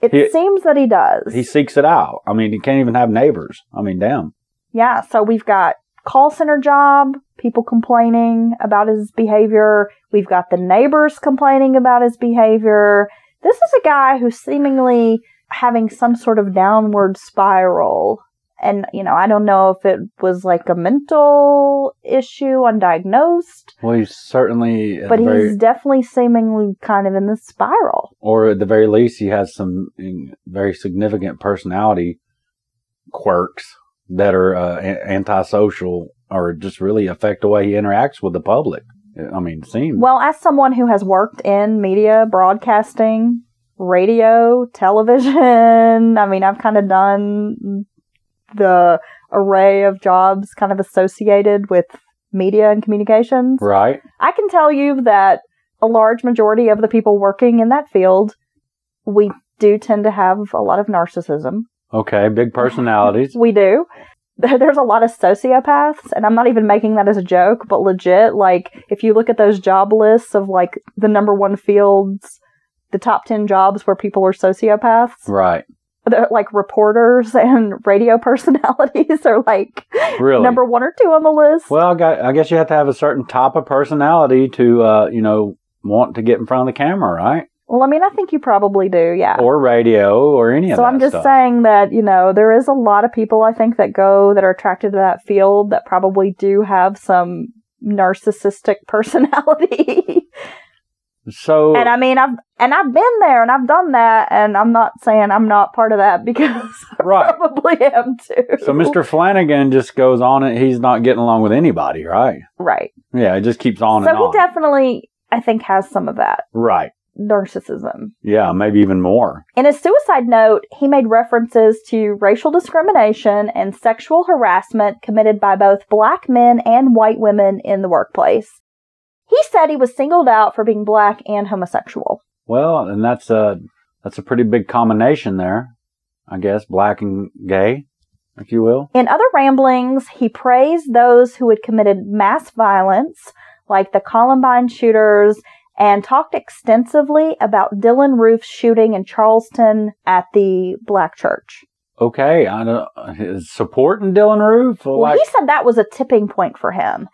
Speaker 2: It
Speaker 1: He-
Speaker 2: seems that he does.
Speaker 1: He seeks it out. I mean, he can't even have neighbors. I mean, damn.
Speaker 2: yeah, so we've got call center job, people complaining about his behavior. We've got the neighbors complaining about his behavior. This is a guy who's seemingly having some sort of downward spiral. And, you know, I don't know if it was like a mental issue, undiagnosed,
Speaker 1: Well, he's certainly, at
Speaker 2: but
Speaker 1: the very,
Speaker 2: he's definitely seemingly kind of in this spiral.
Speaker 1: or at the very least, he has some mm, very significant personality quirks that are uh, a- antisocial or just really affect the way he interacts with the public. I mean, it seems.
Speaker 2: Well, as someone who has worked in media, broadcasting, radio, television, I mean, I've kind of done the array of jobs kind of associated with media and communications.
Speaker 1: right.
Speaker 2: I can tell you that a large majority of the people working in that field, we do tend to have a lot of narcissism.
Speaker 1: Okay. Big personalities.
Speaker 2: We do. There- There's a lot of sociopaths, and I'm not even making that as a joke, but legit, like, if you look at those job lists of, like, the number one fields, the top 10 jobs where people are sociopaths,
Speaker 1: right.
Speaker 2: they're, like, reporters and radio personalities are, like,
Speaker 1: Really.
Speaker 2: number one or two on the list.
Speaker 1: Well, I, got, I guess you have to have a certain type of personality to, uh, you know, want to get in front of the camera, right?
Speaker 2: Well, I mean, I think you probably do, yeah.
Speaker 1: Or radio or Oh, any of
Speaker 2: so
Speaker 1: that
Speaker 2: I'm just
Speaker 1: stuff.
Speaker 2: saying that, you know, there is a lot of people I think that go that are attracted to that field that probably do have some narcissistic personality.
Speaker 1: So
Speaker 2: And I mean, I've and I've been there and I've done that, and I'm not saying I'm not part of that because I
Speaker 1: right.
Speaker 2: probably am too.
Speaker 1: So Mr. Flanagan just goes on and he's not getting along with anybody, right?
Speaker 2: right?
Speaker 1: Yeah, it just keeps on and
Speaker 2: so
Speaker 1: on.
Speaker 2: he definitely, I think, has some of that
Speaker 1: right.
Speaker 2: narcissism.
Speaker 1: Yeah, maybe even more.
Speaker 2: In his suicide note, he made references to racial discrimination and sexual harassment committed by both black men and white women in the workplace. He said he was singled out for being black and homosexual.
Speaker 1: Well, and that's a that's a pretty big combination there, I guess, black and gay, if you will.
Speaker 2: In other ramblings, he praised those who had committed mass violence, like the Columbine shooters, and talked extensively about Dylan Roof's shooting in Charleston at the black church.
Speaker 1: Okay, I don't is supporting Dylan Roof. Well,
Speaker 2: Well,
Speaker 1: like,
Speaker 2: he said that was a tipping point for him.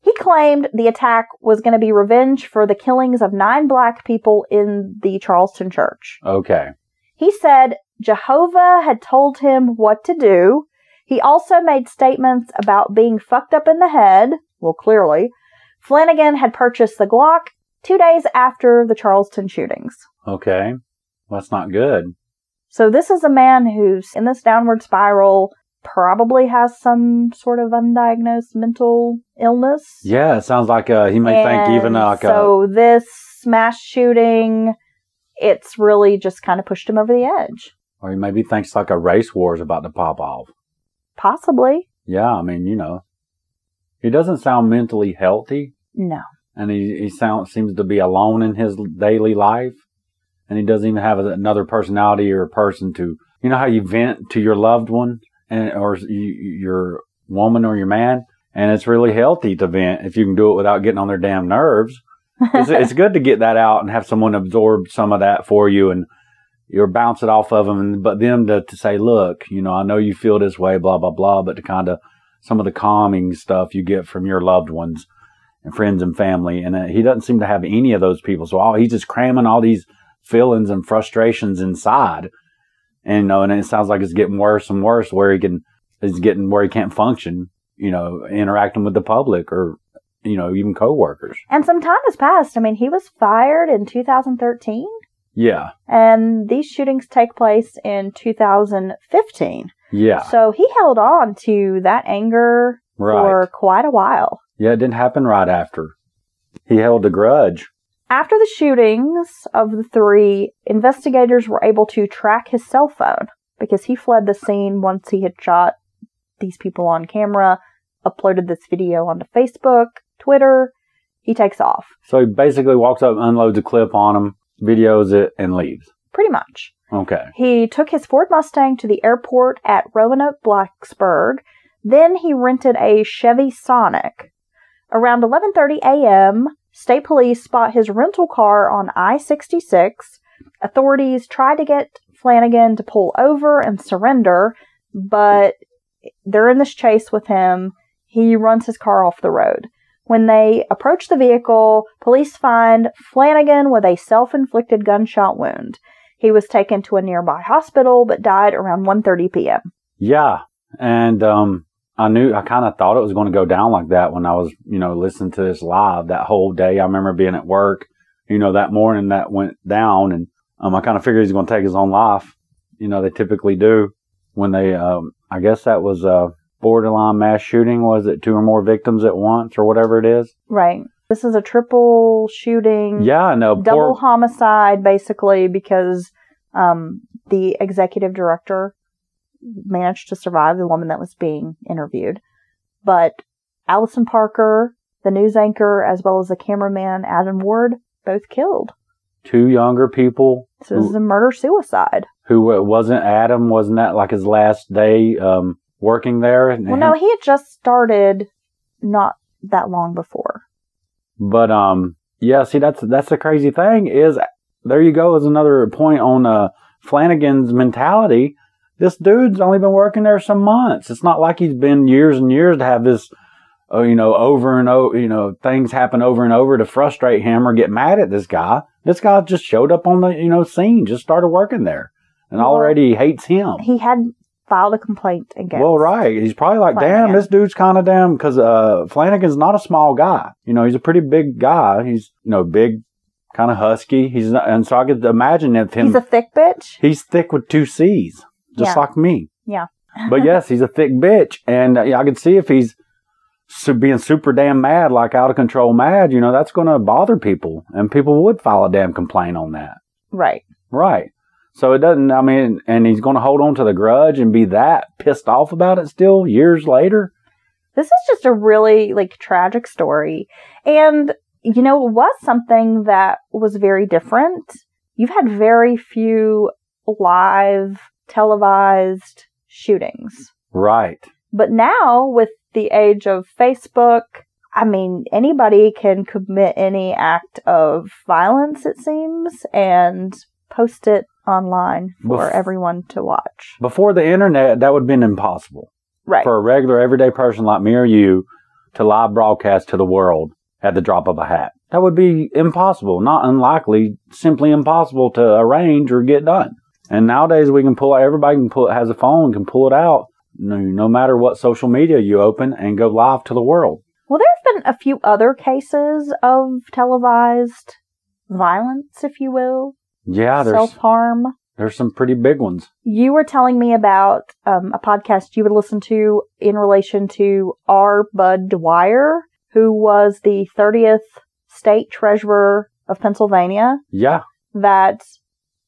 Speaker 2: He claimed the attack was going to be revenge for the killings of nine black people in the Charleston church.
Speaker 1: okay,
Speaker 2: He said Jehovah had told him what to do. He also made statements about being fucked up in the head. Well, clearly, Flanagan had purchased the Glock two days after the Charleston shootings.
Speaker 1: okay, that's not good.
Speaker 2: So, this is a man who's in this downward spiral, probably has some sort of undiagnosed mental illness.
Speaker 1: Yeah, it sounds like uh, he may think even
Speaker 2: And
Speaker 1: like uh
Speaker 2: so this mass shooting, it's really just kind of pushed him over the edge.
Speaker 1: or he maybe thinks like a race war is about to pop off.
Speaker 2: Possibly.
Speaker 1: Yeah, I mean, you know, he doesn't sound mentally healthy,
Speaker 2: No.
Speaker 1: and he he sounds seems to be alone in his daily life, and he doesn't even have another personality or a person to you know how you vent to your loved one and or you, your woman or your man, and it's really healthy to vent if you can do it without getting on their damn nerves. it's, it's good to get that out and have someone absorb some of that for you and you're bounce it off of them and, but them to, to say look you know i know you feel this way blah blah blah but to kind of some of the calming stuff you get from your loved ones and friends and family and uh, he doesn't seem to have any of those people so all, he's just cramming all these feelings and frustrations inside and you know and it sounds like it's getting worse and worse where he can is getting where he can't function you know interacting with the public or you know even coworkers
Speaker 2: And some time has passed. I mean, he was fired in 2013,
Speaker 1: yeah
Speaker 2: and these shootings take place in 2015.
Speaker 1: yeah
Speaker 2: So he held on to that anger
Speaker 1: Right.
Speaker 2: for quite a while.
Speaker 1: Yeah, it didn't happen right after. He held a grudge.
Speaker 2: After the shootings of the three, investigators were able to track his cell phone because he fled the scene once he had shot these people on camera, uploaded this video onto Facebook, Twitter. He takes off,
Speaker 1: So he basically walks up, unloads a clip on him, videos it, and leaves.
Speaker 2: pretty much.
Speaker 1: Okay.
Speaker 2: He took his Ford Mustang to the airport at Roanoke Blacksburg. Then he rented a Chevy Sonic. Around 11:30 a.m., state police spot his rental car on I-66. Authorities tried to get Flanagan to pull over and surrender, but they're in this chase with him. He runs his car off the road. When they approach the vehicle, police find Flanagan with a self-inflicted gunshot wound. He was taken to a nearby hospital but died around 1:30 p.m.
Speaker 1: Yeah. And um, I knew, I kind of thought it was going to go down like that when I was, you know, listening to this live that whole day. I remember being at work, you know, that morning that went down, and um, I kind of figured he's going to take his own life. You know, they typically do when they, um, I guess that was a borderline mass shooting. Was it two or more victims at once or whatever it is?
Speaker 2: Right. This is a triple shooting,
Speaker 1: Yeah, I know.
Speaker 2: Mm-hmm. double
Speaker 1: Poor-
Speaker 2: homicide basically because um, the executive director managed to survive the woman that was being interviewed. But Allison Parker, the news anchor, as well as the cameraman Adam Ward, both killed.
Speaker 1: two younger people
Speaker 2: So this is a murder suicide.
Speaker 1: who it wasn't Adam wasn't that like his last day um working there
Speaker 2: Well, no, he had just started not that long before.
Speaker 1: but um yeah see that's that's the crazy thing is there you go is another point on uh Flanagan's mentality this dude's only been working there some months it's not like he's been years and years to have this oh you know over and over you know things happen over and over to frustrate him or get mad at this guy this guy just showed up on the you know scene just started working there and
Speaker 2: Well,
Speaker 1: already hates him
Speaker 2: He had filed a complaint against.
Speaker 1: Well, right. He's probably like, damn,
Speaker 2: Flanagan.
Speaker 1: this dude's kind of damn because uh, Flanagan's not a small guy. You know, he's a pretty big guy. He's you know big, kind of husky. He's not, and so I could imagine if him
Speaker 2: He's a thick bitch.
Speaker 1: he's thick with two C's, just
Speaker 2: Yeah.
Speaker 1: like me.
Speaker 2: Yeah.
Speaker 1: but yes, he's a thick bitch, and uh, yeah, I could see if he's su- being super damn mad, like out of control mad. You know, that's going to bother people, and people would file a damn complaint on that.
Speaker 2: Right.
Speaker 1: Right. So it doesn't, I mean, and he's going to hold on to the grudge and be that pissed off about it still years later.
Speaker 2: This is just a really like tragic story. And you know, it was something that was very different. You've had very few live televised shootings.
Speaker 1: Right.
Speaker 2: But now with the age of Facebook, I mean, anybody can commit any act of violence, it seems, and post it online for
Speaker 1: Bef-
Speaker 2: everyone to watch.
Speaker 1: Before the internet, that would have been impossible
Speaker 2: Right.
Speaker 1: for a regular everyday person like me or you to live broadcast to the world at the drop of a hat. That would be impossible, not unlikely, simply impossible to arrange or get done. And nowadays we can pull everybody can pull has a phone can pull it out no, no matter what social media you open and go live to the world.
Speaker 2: Well, there have been a few other cases of televised violence, if you will,
Speaker 1: Yeah, there's
Speaker 2: self harm.
Speaker 1: there's some pretty big ones.
Speaker 2: You were telling me about um, a podcast you would listen to in relation to R. Bud Dwyer, who was the 30th state treasurer of Pennsylvania,
Speaker 1: Yeah.
Speaker 2: that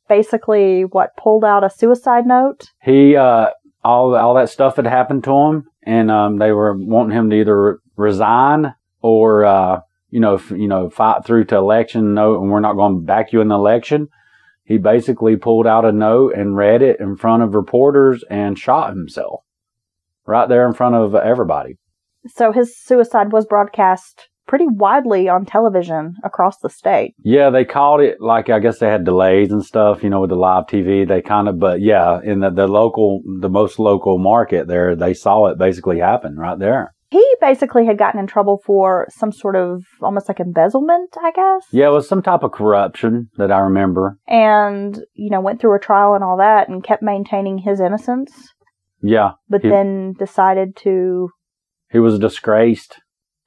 Speaker 2: basically what pulled out a suicide note.
Speaker 1: He uh all all that stuff had happened to him and um they were wanting him to either resign or uh you know, f- you know, fight through to election. No, and we're not going to back you in the election. He basically pulled out a note and read it in front of reporters and shot himself right there in front of everybody.
Speaker 2: So his suicide was broadcast pretty widely on television across the state.
Speaker 1: Yeah, they called it like I guess they had delays and stuff, you know, with the live TV. They kind of, but yeah, in the, the local, the most local market there, they saw it basically happen right there.
Speaker 2: He basically had gotten in trouble for some sort of almost like embezzlement, I guess.
Speaker 1: Yeah, it was some type of corruption that I remember.
Speaker 2: And, you know, went through a trial and all that and kept maintaining his innocence,
Speaker 1: Yeah,
Speaker 2: but
Speaker 1: He-
Speaker 2: then decided to
Speaker 1: he was disgraced.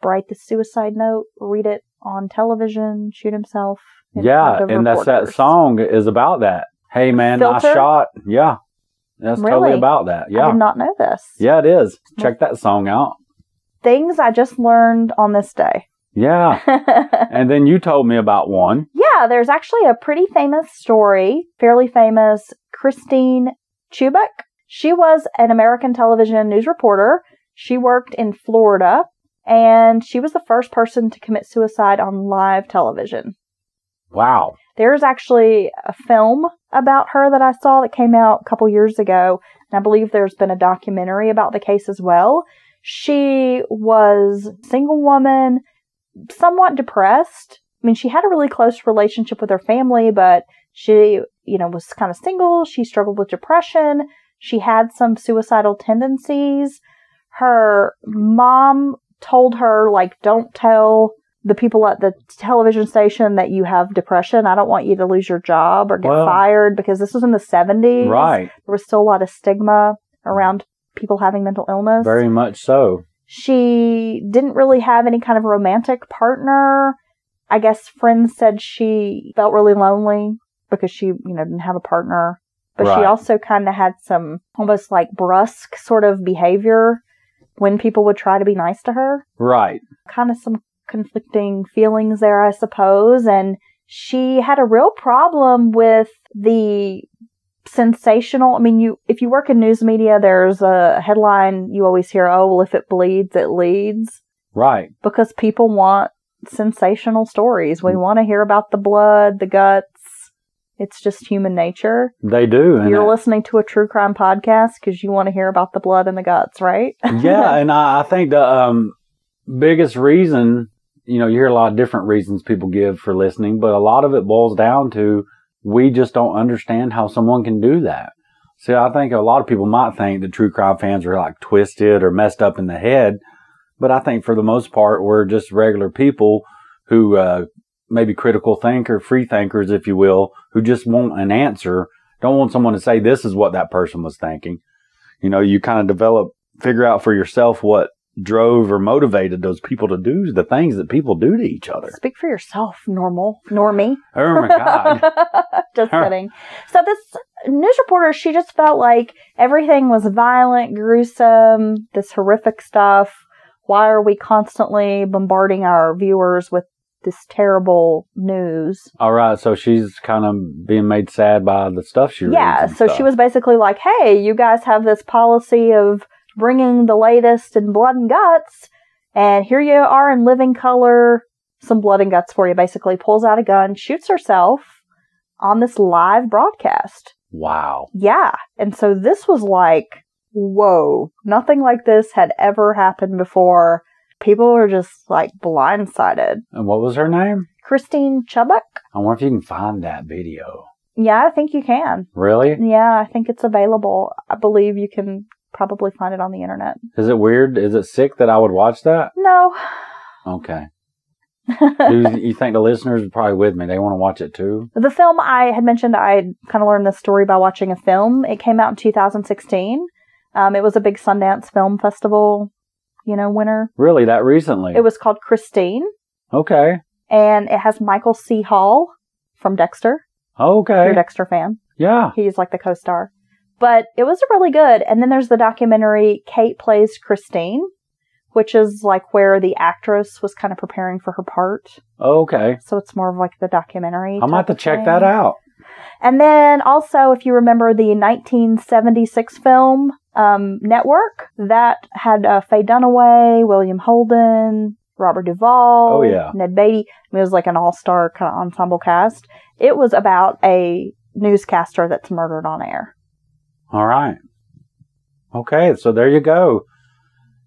Speaker 2: write the suicide note, read it on television, shoot himself. in
Speaker 1: yeah,
Speaker 2: front of
Speaker 1: and that's that
Speaker 2: reporters.
Speaker 1: song is about that. Hey man,
Speaker 2: Filter?
Speaker 1: I shot. Yeah, that's
Speaker 2: Really?
Speaker 1: totally about that.
Speaker 2: I
Speaker 1: Yeah,
Speaker 2: did not know this.
Speaker 1: yeah, it is. Check that song out.
Speaker 2: Things I just learned on this day.
Speaker 1: Yeah, and then you told me about one.
Speaker 2: Yeah, there's actually a pretty famous story, fairly famous, Christine Chubak. She was an American television news reporter. She worked in Florida, and she was the first person to commit suicide on live television.
Speaker 1: Wow.
Speaker 2: There's actually a film about her that I saw that came out a couple years ago, and I believe there's been a documentary about the case as well. She was a single woman, somewhat depressed. I mean, she had a really close relationship with her family, but she, you know, was kind of single. She struggled with depression. She had some suicidal tendencies. Her mom told her, like, don't tell the people at the television station that you have depression. I don't want you to lose your job or get
Speaker 1: Well-
Speaker 2: fired because this was in the 70s.
Speaker 1: Right.
Speaker 2: There was still a lot of stigma around people having mental illness
Speaker 1: Very much so.
Speaker 2: she didn't really have any kind of romantic partner. I guess friends said she felt really lonely because she, you know, didn't have a partner. But she
Speaker 1: Right.
Speaker 2: also kind of had some almost like brusque sort of behavior when people would try to be nice to her.
Speaker 1: Right.
Speaker 2: Kind of some conflicting feelings there, I suppose. And she had a real problem with the sensational. I mean, you if you work in news media, there's a headline you always hear, "Oh, well, if it bleeds, it leads,"
Speaker 1: Right.
Speaker 2: because people want sensational stories.
Speaker 1: Mm-hmm.
Speaker 2: We want to hear about the blood, the guts. It's just human nature.
Speaker 1: They do. and
Speaker 2: You're
Speaker 1: it-
Speaker 2: listening to a true crime podcast because you want to hear about the blood and the guts, right?
Speaker 1: yeah, and I, I think the um, biggest reason, you know, you hear a lot of different reasons people give for listening, but a lot of it boils down to we just don't understand how someone can do that. See, I think a lot of people might think that true crime fans are like twisted or messed up in the head, but I think for the most part, we're just regular people who uh, maybe critical thinker, free thinkers, if you will, who just want an answer, don't want someone to say this is what that person was thinking. You know, you kind of develop figure out for yourself what drove or motivated those people to do the things that people do to each other.
Speaker 2: Speak for yourself, normal, normie.
Speaker 1: Oh my God.
Speaker 2: just
Speaker 1: Huh.
Speaker 2: kidding. So this news reporter, she just felt like everything was violent, gruesome, this horrific stuff. Why are we constantly bombarding our viewers with this terrible news?
Speaker 1: All right. So she's kind of being made sad by the stuff she reads.
Speaker 2: yeah,
Speaker 1: and
Speaker 2: so
Speaker 1: stuff.
Speaker 2: she was basically like, "Hey, you guys have this policy of bringing the latest in blood and guts, and here you are in living color, some blood and guts for you." Basically, pulls out a gun, shoots herself on this live broadcast.
Speaker 1: Wow.
Speaker 2: Yeah. And so this was like, whoa, nothing like this had ever happened before. People were just like blindsided.
Speaker 1: And what was her name?
Speaker 2: Christine Chubbuck?
Speaker 1: I wonder if you can find that video.
Speaker 2: Yeah, I think you can.
Speaker 1: Really?
Speaker 2: Yeah, I think it's available. I believe you can probably find it on the internet.
Speaker 1: Is it weird? Is it sick that I would watch that?
Speaker 2: No.
Speaker 1: Okay. Do you- you think the listeners are probably with me? They want to watch it too?
Speaker 2: the film I had mentioned, I kind of learned this story by watching a film. It came out in 2016. Um, it was a big Sundance Film Festival, you know, winner.
Speaker 1: Really, that recently?
Speaker 2: It was called Christine.
Speaker 1: okay.
Speaker 2: and it has Michael C. Hall from Dexter. If
Speaker 1: Okay.
Speaker 2: You're a Dexter fan.
Speaker 1: yeah.
Speaker 2: He's like the co-star. But it was really good. And then there's the documentary Kate Plays Christine, which is like where the actress was kind of preparing for her part.
Speaker 1: Okay.
Speaker 2: So it's more of like the documentary.
Speaker 1: I'm
Speaker 2: type
Speaker 1: about to
Speaker 2: of
Speaker 1: check
Speaker 2: thing.
Speaker 1: that out.
Speaker 2: And then also, if you remember the 1976 film um, Network, that had uh, Faye Dunaway, William Holden, Robert Duvall,
Speaker 1: Oh, yeah.
Speaker 2: Ned Beatty. I mean, it was like an all-star kind of ensemble cast. It was about a newscaster that's murdered on air.
Speaker 1: All right. Okay. So there you go.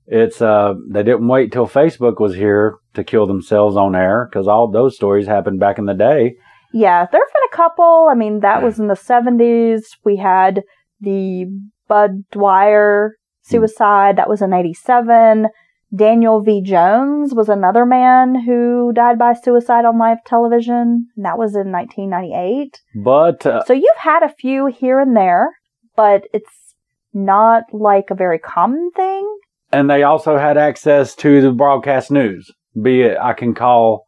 Speaker 1: It's uh they didn't wait till Facebook was here to kill themselves on air because all those stories happened back in the day.
Speaker 2: Yeah, there have been a couple. I mean, that was in the 70s. We had the Bud Dwyer
Speaker 1: Hmm.
Speaker 2: suicide. That was in 87. Daniel V. Jones was another man who died by suicide on live television. and That was in 1998.
Speaker 1: But uh,
Speaker 2: So you've had a few here and there, but it's not like a very common thing.
Speaker 1: and they also had access to the broadcast news. Be it I can call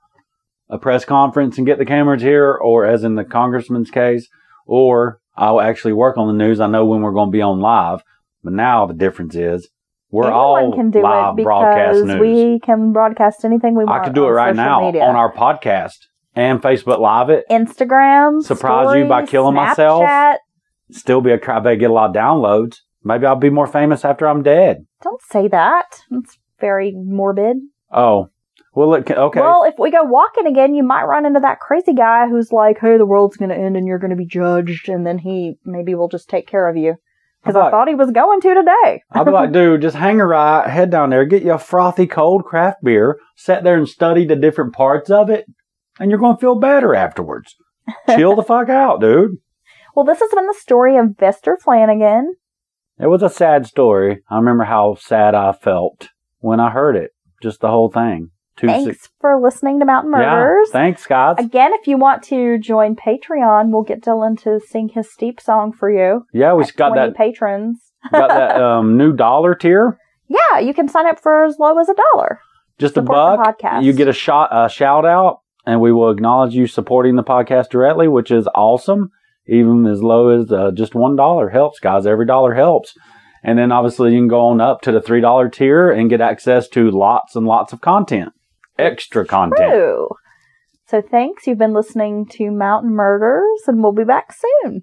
Speaker 1: a press conference and get the cameras here, or as in the congressman's case, or I'll actually work on the news. I know when we're going to be on live. But now the difference is we're
Speaker 2: Anyone
Speaker 1: all
Speaker 2: can do
Speaker 1: live
Speaker 2: it
Speaker 1: broadcast
Speaker 2: because
Speaker 1: news.
Speaker 2: we can broadcast anything we want.
Speaker 1: I could do it
Speaker 2: on
Speaker 1: right
Speaker 2: social
Speaker 1: now
Speaker 2: media.
Speaker 1: on our podcast and Facebook Live. It
Speaker 2: Instagram.
Speaker 1: Surprise you by
Speaker 2: stories,
Speaker 1: killing myself?
Speaker 2: Snapchat.
Speaker 1: still be a cry. I bet get a lot of downloads. Maybe I'll be more famous after I'm dead.
Speaker 2: Don't say that. That's very morbid.
Speaker 1: Oh, well, look. Okay,
Speaker 2: Well, if we go walking again, you might run into that crazy guy who's like, "Hey, the world's going to end, and you're going to be judged," and then he maybe will just take care of you. Because
Speaker 1: How
Speaker 2: I
Speaker 1: about-
Speaker 2: thought he was going to today.
Speaker 1: I'll be like, dude, just hang a right, head down there, get you a frothy cold craft beer, sit there and study the different parts of it, and you're gonna feel better afterwards. Chill the fuck out, dude.
Speaker 2: Well, this has been the story of Vester Flanagan.
Speaker 1: It was a sad story. I remember how sad I felt when I heard it. Just the whole thing. Two
Speaker 2: Thanks for listening to Mountain
Speaker 1: Yeah.
Speaker 2: Murders.
Speaker 1: Thanks, guys.
Speaker 2: Again, if you want to join Patreon, we'll get Dylan to sing his steep song for you.
Speaker 1: yeah, we
Speaker 2: at
Speaker 1: got
Speaker 2: 20
Speaker 1: that
Speaker 2: patrons.
Speaker 1: got that um, new dollar tier.
Speaker 2: Yeah, you can sign up for as low as a dollar.
Speaker 1: Just a
Speaker 2: Support the
Speaker 1: buck.
Speaker 2: podcast.
Speaker 1: You get a shot, a shout out, and we will acknowledge you supporting the podcast directly, which is awesome. Even as low as uh, just one dollar helps, guys. Every dollar helps. And then obviously you can go on up to the three dollar tier and get access to lots and lots of content, extra content.
Speaker 2: True. So thanks. You've been listening to Mountain Murders, and we'll be back soon.